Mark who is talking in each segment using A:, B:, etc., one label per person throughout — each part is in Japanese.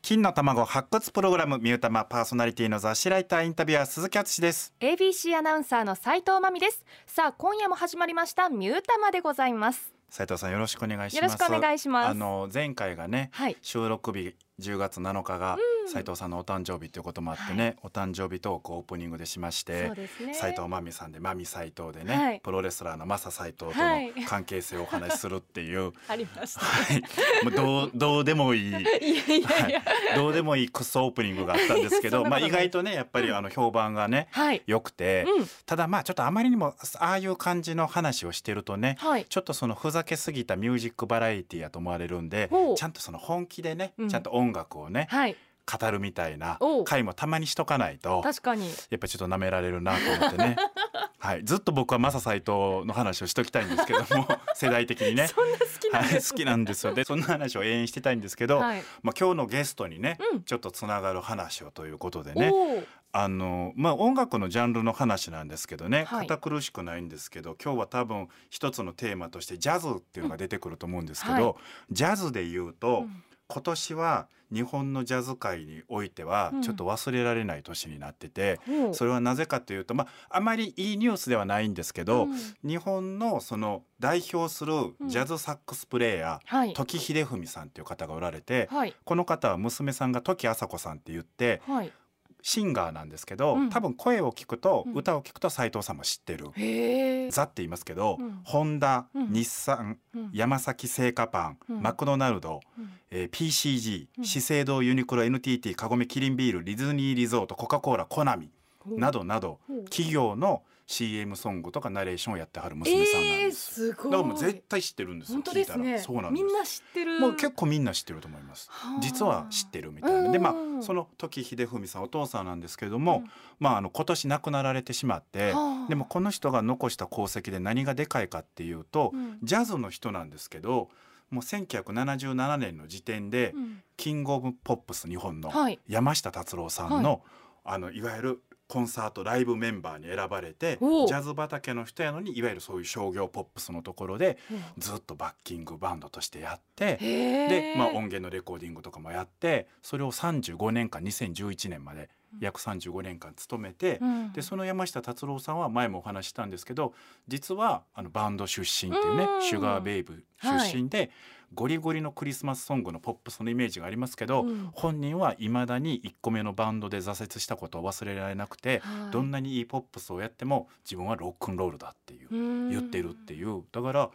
A: 金の卵発掘プログラムミュータマパーソナリティの雑誌ライターインタビュアー鈴木敦です。
B: ABC アナウンサーの斉藤真美ですさあ今夜も始まりましたミュータマでございます
A: 斉藤さんよろしくお願いします。
B: よろしくお願いします
A: あの前回がね
B: はい
A: 収録日10月7日が斉藤さんのお誕生日ということもあってね、お誕生日トークをオープニングでしまして
B: そう。ですね
A: 斉藤真美さんで真美斉藤でね、
B: はい
A: プロレスラーのマサ斉藤との
B: はい
A: 関係性をお話しするって いう、
B: ありました
A: はい、もうどうどうでもいい
B: いやいやいや
A: どうでもいいクソオープニングがあったんですけ
B: そ
A: ど
B: んな
A: ま
B: こ
A: あ
B: とない
A: 意外とねやっぱりあの評判がね
B: はい
A: 良くて、
B: うん
A: ただまあちょっとあまりにもああいう感じの話をしてるとね
B: はい
A: ちょっとそのふざけすぎたミュージックバラエティやと思われるんで
B: ほう
A: ちゃんとその本気でね、
B: うん
A: ちゃんと音楽をね
B: はい
A: 語るみたいな
B: おう
A: 回もたまにしとかないと
B: 確かに
A: やっぱちょっと舐められるなと思って ね。はい、ずっと僕はマサ斎藤の話をしときたいんですけども 世代的にね
B: そんな好きな
A: は
B: ん
A: い、
B: です
A: 好きなんですよでそんな話を永遠してたいんですけど、
B: はい
A: まあ、今日のゲストにね、
B: うん
A: ちょっとつながる話をということでね
B: おお
A: あの、まあ、音楽のジャンルの話なんですけどね、
B: はい
A: 堅苦しくないんですけど今日は多分一つのテーマとしてジャズっていうのが出てくると思うんですけど、
B: うんは
A: ジャズで言うと、
B: うん
A: 今年は日本のジャズ界においては
B: うん
A: ちょっと忘れられない年になってて、
B: ほう
A: それはなぜかというと、まあ、あまりいいニュースではないんですけど、
B: うん
A: 日本のその代表するジャズサックスプレーヤー、
B: はい
A: 時秀文さんという方がおられて、
B: はい
A: この方は娘さんが時朝子さんって言って
B: はい
A: シンガーなんですけど、
B: うん
A: 多分声を聞くと、
B: うん
A: 歌を聞くと斉藤さんも知ってる、
B: へえ
A: ザって言いますけど、
B: うん
A: ホンダ、
B: うん
A: 日産
B: うん
A: 山崎製菓パン、
B: うん
A: マクドナルド、
B: うん
A: えー PCG
B: うん
A: 資生堂ユニクロ NTT カゴメキリンビールディズニーリゾートコカ・コーラコナミ
B: ほう
A: などなど
B: ほう
A: 企業の CM ソングとかナレーションをやってはる娘さんなん
B: えー
A: ですよ。
B: すごい
A: だからもう絶対知ってるんですよ。
B: 本当です
A: 聞いた
B: ね
A: らそうなんです。
B: みんな知ってる
A: もう結構みんな知ってると思います。
B: はあ
A: 実は知ってるみたいな。でま
B: うん
A: あその時秀文さんお父さんなんですけれども、まああの今年亡くなられてしまって、
B: はあ
A: でもこの人が残した功績で何がでかいかっていうと、
B: うん
A: ジャズの人なんですけど、もう1977年の時点で、
B: うん
A: キングオブポップス日本の
B: はい
A: 山下達郎さんの、あのいわゆるコンサートライブメンバーに選ばれてジ
B: おう
A: ャズ畑の人やのにいわゆるそういう商業ポップスのところで
B: うん
A: ずっとバッキングバンドとしてやって
B: へえ
A: で、まあ、音源のレコーディングとかもやってそれを35年間2011年まで
B: うん
A: 約35年間勤めて、
B: うん
A: でその山下達郎さんは前もお話ししたんですけど実はあのバンド出身っていうね
B: うん
A: シュガーベイブ出身で、ゴリゴリのクリスマスソングのポップスのイメージがありますけど、
B: うん
A: 本人はいまだに1個目のバンドで挫折したことを忘れられなくて、
B: はい
A: どんなにいいポップスをやっても自分はロックンロールだっていう、言ってるって
B: い
A: いうだから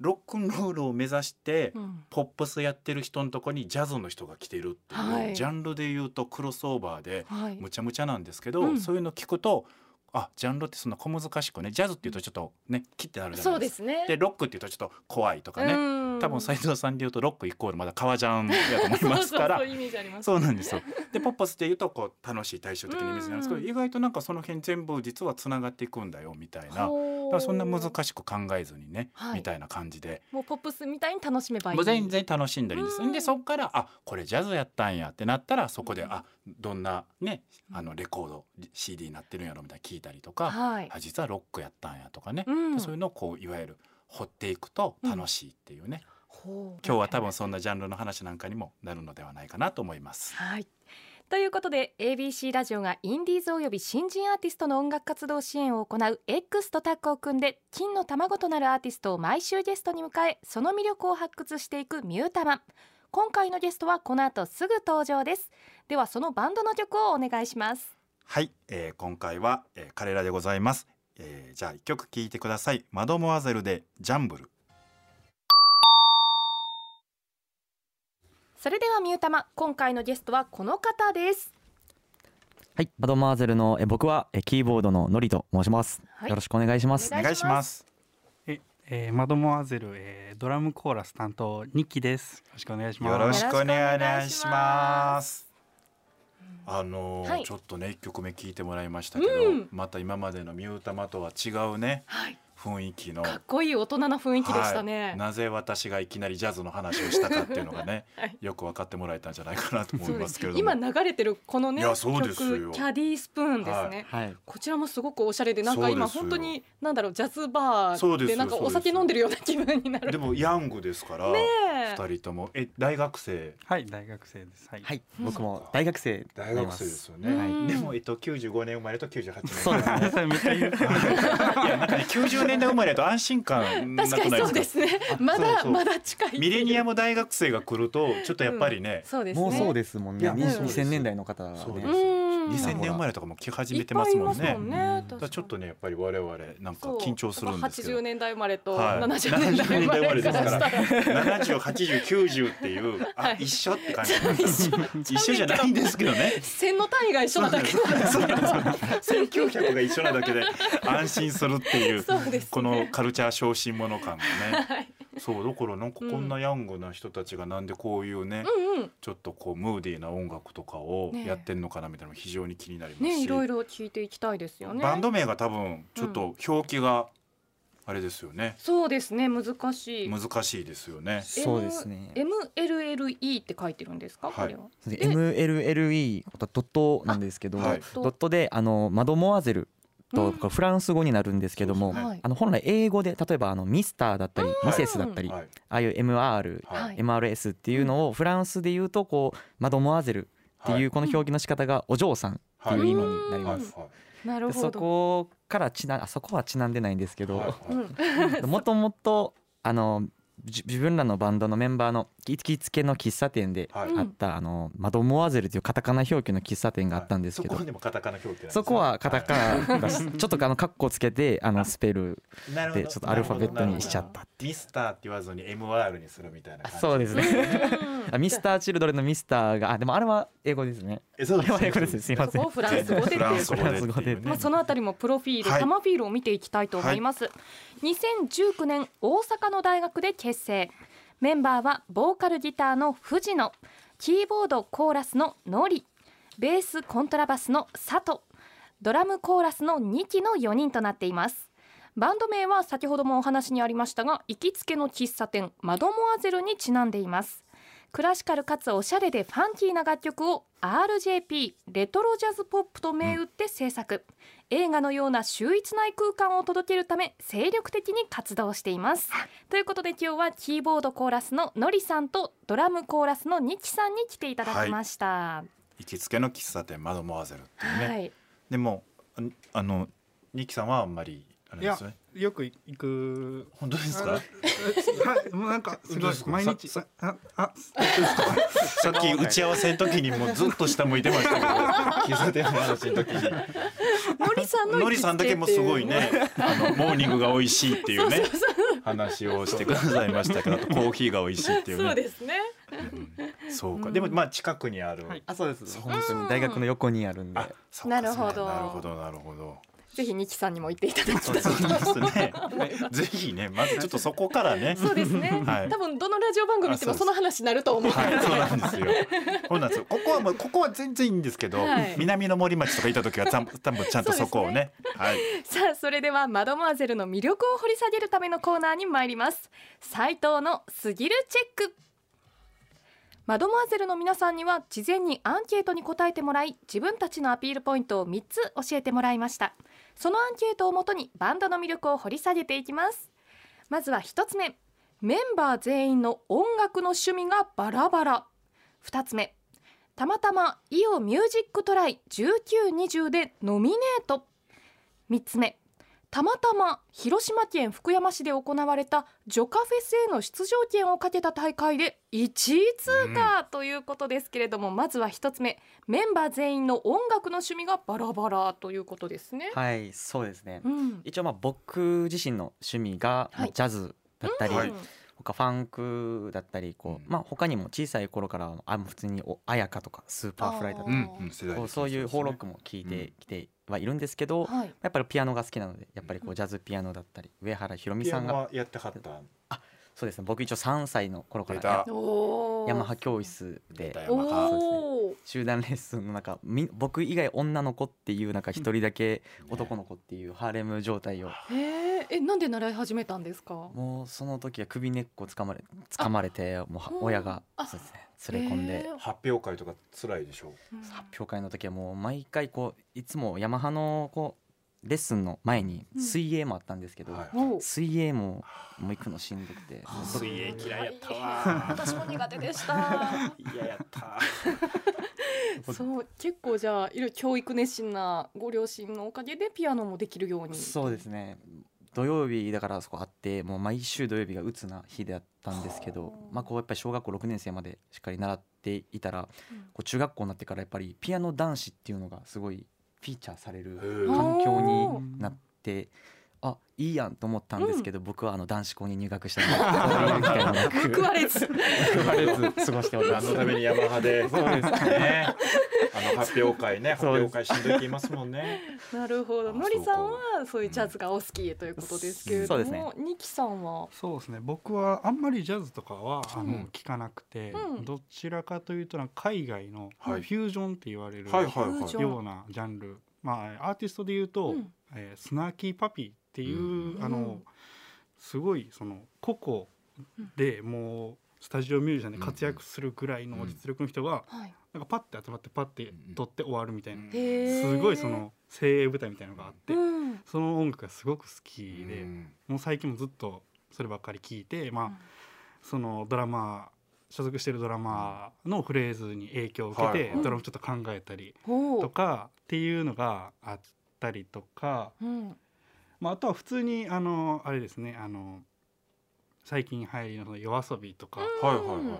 A: ロックンロールを目指して、
B: うん、うん
A: ポップスやってる人のとこにジャズの人が来てるっていう、
B: はい
A: ジャンルで言うとクロスオーバーで
B: はい、
A: むちゃむちゃなんですけど、
B: うん
A: そういうの聞くとあジャンルってそんな小難しくねジャズっていうとちょっとね切ってなるじゃ
B: そ
A: な
B: う
A: いで
B: で
A: か。
B: すすね。
A: でロックっていうとちょっと怖いとかね、
B: ね
A: 多分斉藤さんで言うとロックイコールまだ革ジャンやと思いますから
B: そうそうそうイメージあります。
A: そうなんですよ。でポップスっていうとこう楽しい対照的なイメージなんですけど、
B: うん
A: 意外となんかその辺全部実はつながっていくんだよみたいな。だ
B: ほう
A: からそんな難しく考えずにね、
B: はい
A: みたいな感じで
B: もうポップスみたいに楽しめばいい。
A: もう全然楽しんだりです、
B: うん
A: でそこからあこれジャズやったんやってなったらそこで、
B: うん
A: あどんなね
B: うん
A: あのレコード CD になってるんやろみたいな聞いたりとか、
B: はい。
A: あ実はロックやったんやとかね、
B: うん
A: そういうのをこういわゆる掘っていくと楽しいっていうね、
B: ほう
A: 今日は多分そんなジャンルの話なんかにもなるのではないかなと思います。
B: はい。ということで ABC ラジオがインディーズおよび新人アーティストの音楽活動支援を行う X とタッグを組んで金の卵となるアーティストを毎週ゲストに迎えその魅力を発掘していくミュータマン今回のゲストはこの後すぐ登場ですではそのバンドの曲をお願いします
A: はい、えー今回は、えー彼らでございます、えーじゃあ一曲聴いてくださいマドモアゼルでジャンブル
B: それではミュータマ今回のゲストはこの方です
C: はい、バドマーゼルのえ僕はえキーボードのノリと申します。
B: はい
C: よろしくお願いします。
B: お願
A: お
B: いします
A: 願いします
D: ええーマドモアゼル、えードラムコーラス担当ニッキーです。よろしくお願いします。
A: よろしくお
B: よろしくお願
A: 願
B: い
A: い
B: し
A: し
B: ま
A: ます。あのー
B: はい
A: ちょっとね一曲目聞いてもらいましたけど、
B: うん
A: また今までのミュータマとは違うね
B: はい
A: 雰囲気の
B: かっこいい大人な雰囲気でしたね。
A: なぜ私がいきなりジャズの話をしたかっていうのがね、
B: はい
A: よく分かってもらえたんじゃないかなと思い
B: そうで
A: ます
B: す
A: けれども
B: 今流れてるこのね
A: いやそうですよ
B: 曲キャディースプーンですね、
A: は
C: はい。
B: こちらもすごくおしゃれでなんか今
A: そうですよ
B: 本当になんだろうジャズバ
A: そ
B: ー
A: うで
B: です
A: よ
B: なんか
A: そうで
B: お
A: すよ
B: 酒飲んでるような気分になる
A: でもヤングですから、
B: ね
A: 二人ともえ大学生
D: はい大学生ですは い、
C: はい。
B: うん
C: 僕も 大学生
A: 大学生ですよね、
B: はい
A: でもえっと95年生まれと98年
C: そうですね
D: それめっちゃ言う
A: いやなんかね90年代生まれだと安心感な
B: 確
A: くな
B: か
A: い
B: にそう
A: で
B: です
A: か
B: すねまだ
A: そうそう
B: まだ近いっていう
A: ミレニアム大学生が来るとちょっとやっぱりね、
B: そうですね
C: もうそうですもん
A: い
C: ね。
A: や
C: に
B: もうそうです
C: 2000年代の方がね。
A: そうです
B: うん
A: 2000年生まれとかも来始めてますもん
B: いっぱい
A: ね
B: いますもん
A: だ
B: ね
C: う
B: 確かに
C: ん
A: からちょっとねやっぱり我々なんか緊張するんですけ
B: そう80
A: ど
B: 年代生まれと
A: はい
B: 70年代生まれからしたら、
A: 708090って いうあ、
B: はい
A: 一緒って感じ
B: 一緒
A: 一緒じゃないんですけどね
B: 線の単位が一緒なだけ なんです
A: そう
B: ね
A: なんです1900が一緒なだけで安心するっていう
B: そうですね
A: このカルチャー小心者感がね
B: はい
A: そうだからなんかこんなヤングな人たちがなんでこういうね、
B: うんうん
A: ちょっとこうムーディーな音楽とかを
B: ねえ
A: やってんのかなみたいなのも非常に気になりますし、
B: ねいろいろ聞いていきたいですよね
A: バンド名が多分ちょっと表記があれですよね、
B: そうですね難しい
A: 難しいですよね。
C: そうですね。
B: MLLE って書いてるんですか、
A: はい
B: これは。
C: で MLLE ドットなんですけども、
A: はい
B: ド
C: ド
B: ッ
C: ットであのマドモアゼル
B: うん
C: とこれフランス語になるんですけど
A: そ
C: も、
A: うですね
B: はい
C: あの本来英語で例えばあのミスターだったりミセスだったり、
A: はい
C: ああいう MR、
B: はい
C: MRS っていうのをフランスで言うとこうマドモアゼルっていうこの表記の仕方がお嬢さんっていう意味になり
A: は
C: ま
A: い
C: す。
A: は
B: なる
C: で
B: ほど。
C: そこからちなあそこはちなんでないんですけ
A: いはい
C: ど、
B: うん、
C: もともとあのじ自分らのバンドのメンバーの行きつけの喫茶店であ
A: はい
B: うん
C: った、あのマドモアゼルというカタカナ表記の喫茶店があったんですけど、
A: そこにもカタカナ表記なんですね
C: そこはカタカナだし、ちょっとあのカッコつけてあのスペル
A: いなるほ
C: で
A: ど
C: ちょっとアルファベットにしちゃ
A: な
C: っ
A: る
C: た。
A: ほどミスターって言わずに MR にするみたいな感じ
C: そうですね。
B: うん
C: あミスターチルドレンのミスターがあでもあれは英語ですね。
A: えそう
C: あれは英語ですね。すいませ
B: そ
C: ん
B: こを。フランス語でっていう
A: フランス語でっていうね
C: フランス語でって
B: まあ、そのあたりもプロフィール、
A: はい
B: タマフィールを見ていきたいと思います、2019年大阪の大学で結成メンバーはボーカルギターの藤野キーボードコーラスのノリベースコントラバスの佐藤ドラムコーラスの2期の4人となっていますバンド名は先ほどもお話にありましたが行きつけの喫茶店マドモアゼルにちなんでいますクラシカルかつおしゃれでファンキーな楽曲を RJP レトロジャズポップと銘打って制作、映画のような秀逸な異空間を届けるため精力的に活動していますということで今日はキーボードコーラスののりさんとドラムコーラスのにきさんに来ていただきました
A: 行きつけの喫茶店マドモアゼルっていう
B: は
A: ね、
B: い、
A: でもああのニキさんはあんまりあれですよね
D: よく行く
A: 本当ですか
D: はい、もうなんかす
A: どう
D: ごい
A: ですか
D: 毎日
A: さ
D: ああ
A: さっき打ち合わせの時にもうずっと下向いてましたけど喫茶店の話の時に
B: のりさんの
A: の
B: 行き
A: り
B: つ
A: さんだけもすごいねあのモーニングが美味しいっていうね話をしてくださいましたけどあとコーヒーが美味しいっていう
B: そう
A: ね
B: ですね
A: うんそうか
B: うん
A: でもまあ近くにある
D: はい
C: あそうです。本当
B: う
C: に
B: ん
C: 大学の横にあるんで
A: あ。そう
B: な
A: か
B: るほど
A: なるほどなるほど
B: ぜひにきさんにも行っていただき
A: そ
B: た
A: う
B: いと
A: ですねぜひねまずちょっとそこからね
B: そうですね、
A: はい
B: 多分どのラジオ番組行っても
A: あそうです
B: その話になる と思う
A: はい、そうなんですよ。そうなんですよ。ここはもうここは全然いいんですけど、
B: はい
A: 南の森町とかいた時はちゃん多分ちゃんとそこをね、はい、
B: さあそれではマドモアゼルの魅力を掘り下げるためのコーナーに参ります斉藤のすぎるチェックマドモアゼルの皆さんには事前にアンケートに答えてもらい自分たちのアピールポイントを3つ教えてもらいましたそのアンケートをもとにバンドの魅力を掘り下げていきますまずは1つ目メンバー全員の音楽の趣味がバラバラ2つ目たまたまイオミュージックトライ1920でノミネート3つ目たまたま広島県福山市で行われたジョカフェスへの出場権をかけた大会で1位通過ということですけれども、まずは1つ目メンバー全員の音楽の趣味がバラバラということですね。
C: はい、そうですね。
B: うん
C: 一応まあ僕自身の趣味がま
B: は
C: あ
B: い
C: ジャズだったり、
A: はい
C: 他ファンクだったりこ
A: うん
C: う、まあ他にも小さい頃からあ普通にお綾香とかスーパーフライだった
A: う
C: り
A: ん、うん、世代的に
C: こうそうい
A: そ
C: うホー
A: う
C: ロ
A: ですね
C: ックも聞いてきてはいるんですけど、
B: はい
C: やっぱりピアノが好きなのでやっぱりこ
B: うん
C: うジャズピアノだったり上原ひろみ
A: ピ
C: さ
A: ア
C: ん
A: ノ
C: が
A: はやってはった。
C: そうですね僕一応3歳の頃か
A: 出た
C: ら
B: おー
C: ヤマハ教室
A: 出
C: で
A: たよ
B: おー
C: 集団レッスンの中み僕以外女の子っていうなんか一人だけ
A: ね
C: 男の子っていうハーレム状態を
B: へええなんで習い始めたんですか。
C: もうその時は首根っこ掴まれ掴まれてもうは
B: うん
C: 親が
B: あ
C: そうですね連れ込んで
B: えー
A: 発表会とか辛いでしょう。
C: 発表会の時はもう毎回こういつもヤマハのこうレッスンの前に
B: うん
C: 水泳もあったんですけど、
A: はい
B: おう
C: 水泳ももう行くのしんどくてもうそ
A: 水泳嫌いやった
B: 大変
A: わ。
B: 私も苦手でした。
A: 嫌やった。
B: そう結構じゃあいろいろ教育熱心なご両親のおかげでピアノもできるように。
C: そうですね土曜日だからそこあってもう毎週土曜日が鬱な日だったんですけ
B: は
C: ど
B: あ、
C: まあ、こうやっぱり小学校6年生までしっかり習っていたら
B: うん
C: こう中学校になってからやっぱりピアノ男子っていうのがすごいフィーチャーされ
A: へ
C: る
A: え
C: 環境
B: おー
C: になって。あいいやんと思ったんですけど、僕はあの男子校に入学したので こういう機会もな
B: 報
C: く
B: われず。
C: 報われず過ごしておりま
A: 何
C: す
A: のためにヤマハで。そうですね。あの発表会ね、発
C: そう
A: 表
C: です
A: 会しんどいって言いますもんね。
B: なるほど。
A: あ
B: のりさんはそういううんジャズがお好きということですけれど
C: そうですね
B: も、ニキさんは。
D: そうですね僕はあんまりジャズとかはあ
A: うん
D: の聞かなくて、
B: うん
D: どちらかというとなんか海外のフ
A: はい
D: ュージョンって言われる
A: はいはい
B: 友
A: はい。
B: 情
D: ようなジャンル、まあ、アーティストで言うと、
B: うん
D: えースナーキーパピーっていう、
A: う
D: あ
B: うん
D: のすごいその個々でもうスタジオミュージシャンで活躍するぐらいの実力の人が、
B: はい。
D: なんかパッて集まってパッて撮って終わるみたいな、
A: うん
B: へー
D: すごいそ。の精鋭部隊みたいなのがあって、
B: うん。
D: その音楽がすごく好きで、
A: うん
D: もう最近もずっとそればっかり聞いて、まあ
B: うん
D: そのドラマー所属してるドラマーのフレーズに影響を受けて、
A: はい
B: はい
D: ドラムちょっと考えたり
B: ほ
D: と
B: う。
D: かっていうのがあったりとか、
B: うん。
D: まあ、あとは普通にあのあれですねあの最近入りのその夜遊びとか、
A: はいはいはい。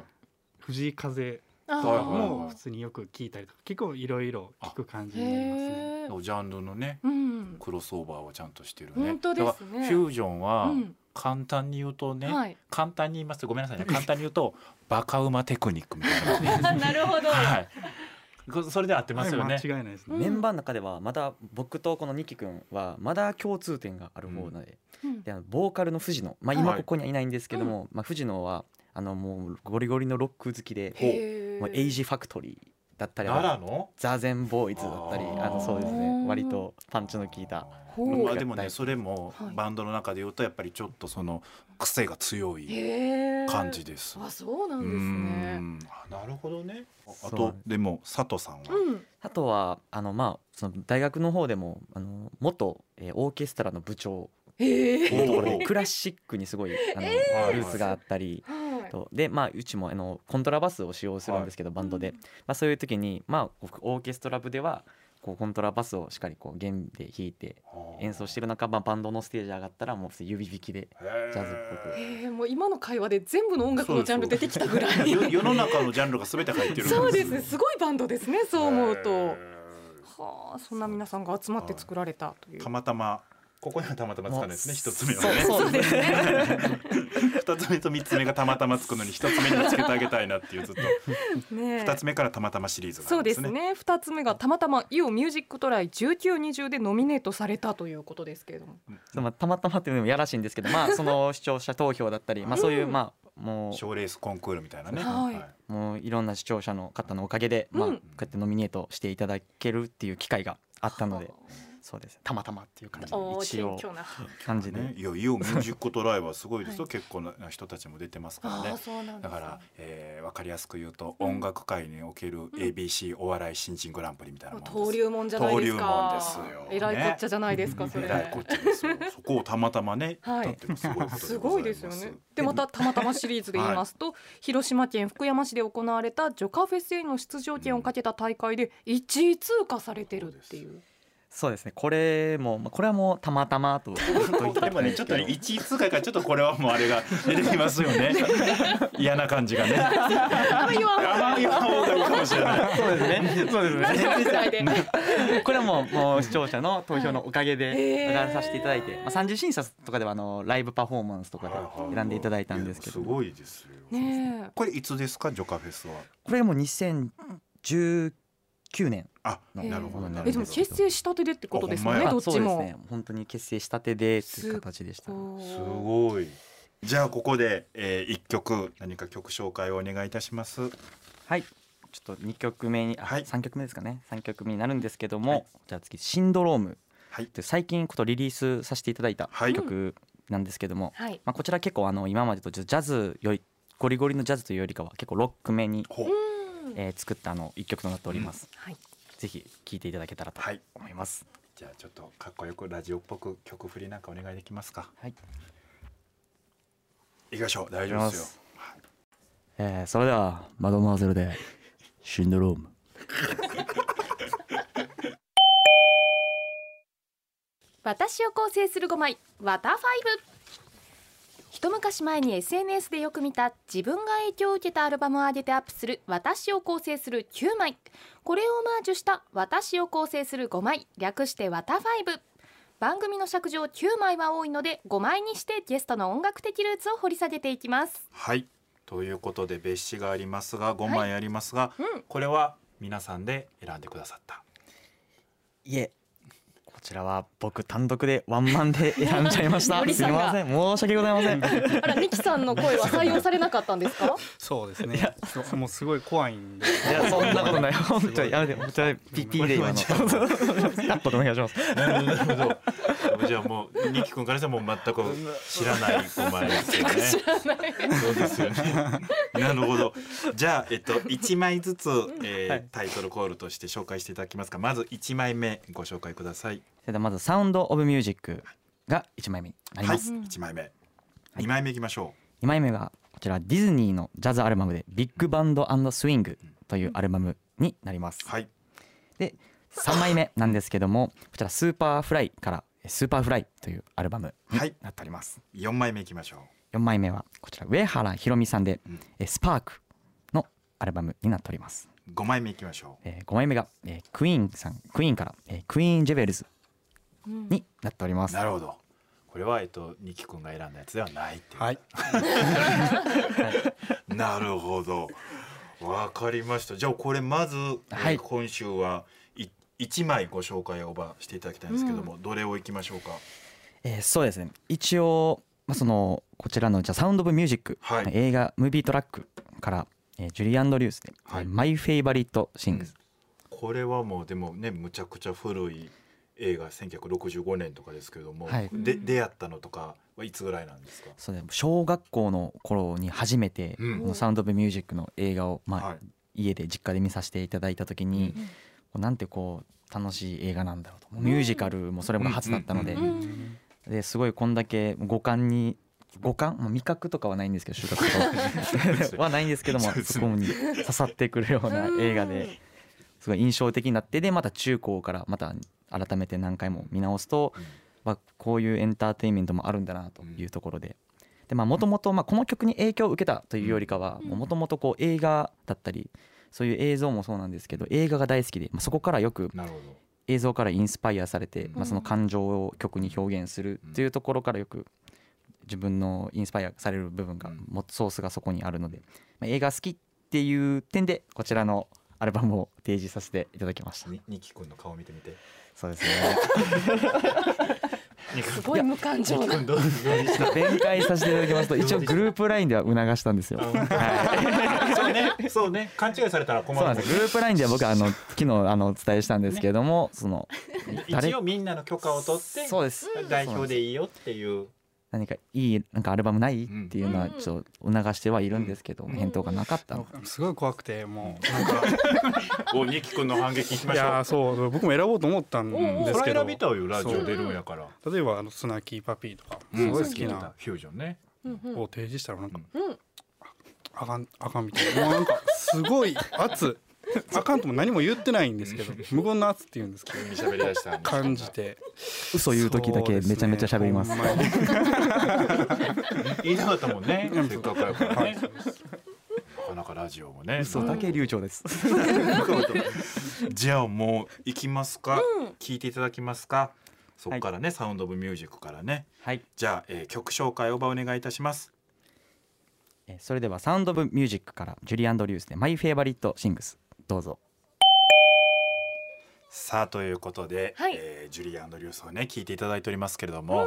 D: 藤井風
B: あ
A: はいはいはい
D: も普通によく聞いたりとか結構いろいろ聞く感じ
B: ー
D: になりますね。
B: へえ。
A: ジャンルのね、
B: うん。
A: クロスオーバーをちゃんとしてるね。
B: 本当ですね
A: だからフュージョンは
B: うん
A: 簡単に言うとね、
B: はい。
A: 簡単に言いますとごめんなさいね。簡単に言うとバカ馬テクニックみたいな、ね。
B: なるほど。
A: はい。こそれで合ってますよ
D: はい
A: ね。
D: 間違いないですね。
B: うん
C: メンバーの中ではまだ僕とこのニキ君はまだ共通点がある方なので,、
B: うん
C: であのボーカルの藤野、まあ、
B: はい
C: 今ここにはいないんですけども、まあ、藤野はあのもうゴリゴリのロック好きで、
B: へー
C: もうエイジファクトリーだったり
A: 奈良の。
C: ザゼンボーイズだったりあのそうで
B: あ
C: すね
B: ー
C: 割とパンチの効いた。
B: ほう
A: まあでもねそれも
B: はい
A: バンドの中で言うとやっぱりちょっとその癖が強い
B: へー
A: 感じです。
B: あ、そうなん
A: う
B: ですね。
A: んあなるほどね。ああ
C: そう
A: とでも佐藤さんは、
B: うん。
C: あとはあの、まあ、その大学の方でもあの元、えーオーケストラの部長
B: へ
C: というところ
A: お
C: で
A: ー
C: クラシックにすごいあの、
A: ー
C: ルーツがあったり。
B: はい。
C: とでまあ、うちもあのコントラバスを使用するんですけど、バンドで、まあ、そういう時に、まあ、僕オーケストラ部ではこうコントラバスをしっかりこう弦で弾いて演奏して
A: る
C: る中、まあ、バンドのステージ上がったらもう普通に指弾きでジャズっぽく
B: えー、もう今の会話で全部の音楽のジャンル出てきたぐらい。
A: よ世の中のジャンルが全て入ってるんですよ
B: そうですね、すごいバンドですね、そう思う
A: へ
B: と。
A: ー
B: はあ、そんな皆さんが集まって作られたという
A: た。またまここにはたまたまつかないですね
C: もう
A: 一つ目はね
C: そうそうですね
A: 二つ目と三つ目がたまたまつくのに一つ目につけてあげたいなっていうずっ と
B: ねえ
A: 二つ目からたまたまシリーズな
B: そうんで
A: ですすね。
B: ね。二つ目がたまたまイオミュージックトライ1920でノミネートされたということですけれども。
C: そうまあ、たまたまっていうのもやらしいんですけど、まあ、その視聴者投票だったり、まあ、そういう、
B: うん
C: まあ、も
A: 賞レースコンクールみたいなね。
B: はい
C: うもういろんな視聴者の方のおかげで、まあ、
B: うん
C: こうやってノミネートしていただけるっていう機会があったので、そうですたまたまっていう感じで
B: おお、
C: 一
B: 謙
C: 応
B: 虚な。
C: 感じで、
A: ね、いや、イオンミュージックトライはすごいですよ、
B: はい
A: 結構な人たちも出てますか
B: あ
A: ら
B: あ、
A: ね。
B: そうなんで
A: だ
B: す、
A: から、えー、わかりやすく言うと、
B: うん
A: 音楽界における ABC お笑い新人グランプリみたいなもんです。
B: 登竜門じゃないですか。
A: 登竜門ですよ
B: えらいこっちゃじゃないですか、それ。
A: えらいこっちゃですよ。そこをたまたまね、
B: はい
A: だってもうすごいことでございます
B: すごいですよね。でまたたまたまシリーズで言いますと、広島県福山市で行われたジョカフェスへの出場権をかけた大会で1位通過されてるっていう。
C: そうですねこれも、まあ、これはもうたまたまと
A: でもねちょっとね一位通過からちょっとこれはもうあれが出てきますよ ね嫌な感じがね
B: あんま言わん
A: 甘い方がいいかもしれない
C: そうですねそ う です
B: なんでこの時代で。
C: これはもうもう視聴者の投票のおかげで
B: はい
C: 上がらさせていただいて、
B: へー
C: まあ、三次審査とかではあのライブパフォーマンスとかで選んでいただいたんですけど、
A: やもすごいですよ、
B: ね
A: これいつですかジョカフェスは
C: これも2019年
A: あ
C: の
B: へー
A: なるほどなるほど
B: え。えでも結成したてでってことですよ
A: あほんま
B: ね。
A: や
B: どっち
C: そうです
B: も
C: ね。本当に結成したてでという形でした
B: おー
A: すごいじゃあここで、えー、一曲何か曲紹介をお願いいたします
C: はいちょっと2曲目に、あ
A: はい
C: 3曲目ですかね3曲目になるんですけども、
A: はい
C: じゃあ次「シンドローム」
A: はい
C: で最近ことリリースさせていただいた
A: はい
C: 曲なんですけども、
B: はい。
C: まあ、こちら結構あの今までとジャズよりゴリゴリのジャズというよりかは結構ロックめに、
A: ほう
B: うん
C: えー作ったあの一曲となっております、
B: はい。
C: ぜひ聴いていただけたらと
A: はい
C: 思います、
A: じゃあちょっとかっこよくラジオっぽく曲振りなんかお願いできますか
C: はい
A: いきましょう大丈夫ですよ
C: えーそれではマドモアゼルでシンドローム
B: 私を構成する5枚ワタファイブ一昔前に SNS でよく見た自分が影響を受けたアルバムを上げてアップする私を構成する9枚これをオマージュした私を構成する5枚略してワタファイブ番組の尺上9枚は多いので5枚にしてゲストの音楽的ルーツを掘り下げていきます
A: はいということで別紙がありますが5枚ありますが、
B: うん
A: これは皆さんで選んでくださった
C: いえこちらは僕単独でワンマンで選んじゃいまし
B: よ
C: た
B: り
C: す
B: さ
C: み
B: んが
C: ません申し訳ございません
B: あらミキさんの声は採用されなかったんですか
D: そうですねそうもうすごい怖いんで
C: いや そんなことない本当にやめて
D: すごい
C: 本当に ピピーで今のカットでお願いします
A: なるほど じゃあもうニキ君からしたらもう全く知らない5枚ですよね
B: 知らない
A: そうですよね。なるほど。じゃあえっと一枚ずつ、えー
C: はい
A: タイトルコールとして紹介していただきますか。まず一枚目ご紹介ください。
C: それではまず「サウンド・オブ・ミュージック」が1枚目になり
A: は
C: ま
A: い
C: す、
B: うん。
A: 一枚目。二枚目いきましょ
C: 2枚目がこちらディズニーのジャズアルバムで「ビッグバンドスイング」というアルバムになります、
A: う。はい。
C: 3枚目なんですけどもこちら「スーパーフライ」から「スーパーフライ」というアルバムに
A: はい
C: なっております、
A: 四枚目いきましょう。
C: 4枚目はこちら上原ひろみさんで
A: うん
C: 「えスパーク」のアルバムになっております、
A: 五枚目いきましょ
C: え5枚目が、えークイーンさんクイーンから、えークイーン・ジェベルズ
B: うん
C: になっておりま
A: う。
C: す
A: なるほど。これはえっとニキ君が選んだやつではないっていう。
D: はい
A: なるほど。わかりました。じゃあこれまず、えー
C: はい
A: 今週はい一枚ご紹介をばしていただきたいんですけども、どれをいきましょうか。
C: えーそうですね一応、まあ、そのこちらのじゃあサウンド・オブ・ミュージック、
A: はい
C: 映画「ムービートラック」から、えージュリー・アンドリュースで「
A: はい
C: マイ・フェイバリット・シングス」
A: これはもうでもねむちゃくちゃ古い映画1965年とかですけども、
C: はい
A: で
B: うん
A: 出会ったのとかはいつぐらいなんですか、
C: そうですね小学校の頃に初めて、
A: うん
C: このサウンド・オブ・ミュージックの映画を、まあ
A: はい
C: 家で実家で見させていただいた時に、
B: うん
C: こうなんてこう楽しい映画なんだろうともうミュージカルもそれも初だったので,、
A: うん
B: うん
C: ですごいこんだけ五感に五感、まあ、味覚とかはないんですけど収穫 と かはないんですけども
A: そうです
C: そこに刺さってくるような映画で。すごい印象的になってでまた中高からまた改めて何回も見直すと、
A: うん
C: まあ、こういうエンターテインメントもあるんだなというところで。でまあ、もともとこの曲に影響を受けたというよりかは
B: うん
C: もともと映画だったりそういう映像もそうなんですけど映画が大好きで、まあ、そこからよく
A: なるほ
C: 映像からインスパイアされて、
B: う
C: ま
B: ん
C: あ、その感情を曲に表現するというところからよく自分のインスパイアされる部分が
A: うん
C: もうソースがそこにあるので、まあ、映画好きっていう点でこちらのアルバムを提示させていただきました
A: ど。にニキ君の顔見てみ て。
C: そうですね
A: ニキ
B: す
A: 君
B: ごい無感情な。
A: どうどうでした。
C: 弁解させていただきますと一応グループラインでは促したんですよ。
A: そうねそうね勘違いされたら困
C: そうな
A: るもん
C: んです
A: ね
C: よグループラインでは僕あの昨日あのお伝えしたんですけれども、その誰
A: 一応みんなの許可を取って
C: そうです
A: 代表でいいよっていう。
C: 何かいいなんかアルバムないっ
A: うん
C: ていうのはちょっと促してはいるんですけど、
A: うん
C: 返答がなかったので、
D: すごい怖くてもう
A: なんかおニキ君の反撃しま
D: い
A: しょ
D: やー
A: う。
D: そう僕も選ぼうと思ったんで
A: そ
D: すけ
A: れ
D: ど
A: 選びたよラジオ出るんやから。
D: 例えばあのスナーキーパピーとか
A: う
D: す
A: ん
D: ごい好き
A: 好き
D: な
A: フュージョンね。
B: うんうん
D: を提示したらなんか
B: うん
D: あかんあかんみたいなもうなんかす ごい圧あかんとも何も言ってないんですけど無言の圧っていうんですけど
A: 急に喋り出した。
D: 感じて
C: 嘘言う時だけめちゃめちゃ喋ります
D: そうですね
A: 言いたかったもんね。せっかくやか
D: ほん
A: ら
D: まに
A: ね。なかなかラジオもね。
C: 嘘だけ流暢です
A: じゃあもう行きますか。
B: うん
A: 聞いていただきますか。そこからね、サウンドオブミュージックからね。
C: はい、
A: じゃあ、えー、曲紹介をばお願いいたします。
C: えーそれではサウンドオブミュージックからジュリーアンドリュースでマイフェイバリットシングスどうぞ
A: さあということで、
B: はい
A: えージュリー・アンドリュースをね聞いていただいておりますけれども、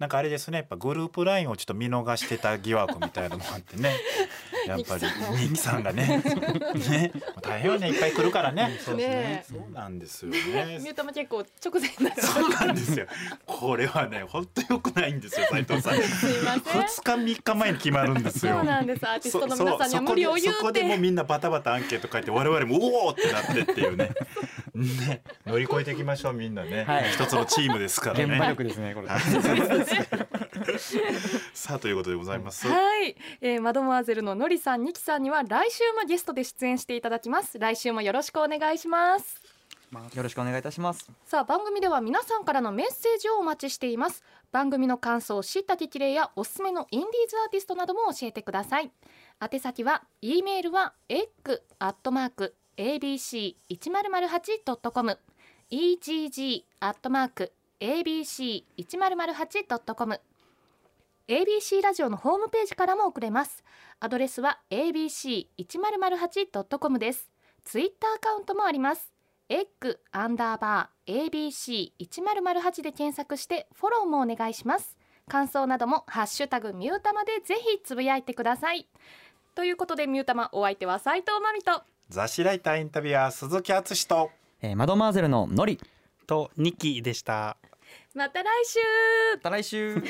A: なんかあれですねやっぱグループラインをちょっと見逃してた疑惑みたいなのもあって ねやっぱり
B: 二
A: 二木さんがねね大変よねいっぱい来るからね
B: うですねね
A: そうなんですよ
B: ミュー
A: ね
B: トも結構直前になる
A: そうなんですよこれはね本当良くないんですよ斉藤さん
B: すいません
A: 二日三日前に決まるんですよ
B: そうなんですアーティストの皆さんには
A: そそ
B: 無理を言
A: そこ
B: う
A: でそこでもう
B: て
A: みんなバタバタアンケート書いて我々もおおってなってっていうね ね乗り越えていきましょうみんなね、
C: はい
A: 一つのチームですからね
C: 現場力ですねこ れ。
A: さあということでございます、
B: はい、えー、マドモアゼルののりさん、にきさんには来週もゲストで出演していただきます。来週もよろしくお願いします。
D: まあ
C: よろしくお願いいたします。
B: さあ番組では皆さんからのメッセージをお待ちしています番組の感想知った激励やおすすめのインディーズアーティストなども教えてください宛先は e メールは egg.abc1008.com egg.abc1008.com ABC ラジオのホームページからも送れますアドレスは abc1008.com ですツイッターアカウントもありますエッグアンダーバー ABC1008 で検索してフォローもお願いします感想などもハッシュタグミュータマでぜひつぶやいてくださいということでミュータマお相手は斉藤まみと
A: 雑誌ライターインタビュアー鈴木敦と
C: えー、マドマーゼルののり。
D: と2期でした。
B: また来週
C: また来週。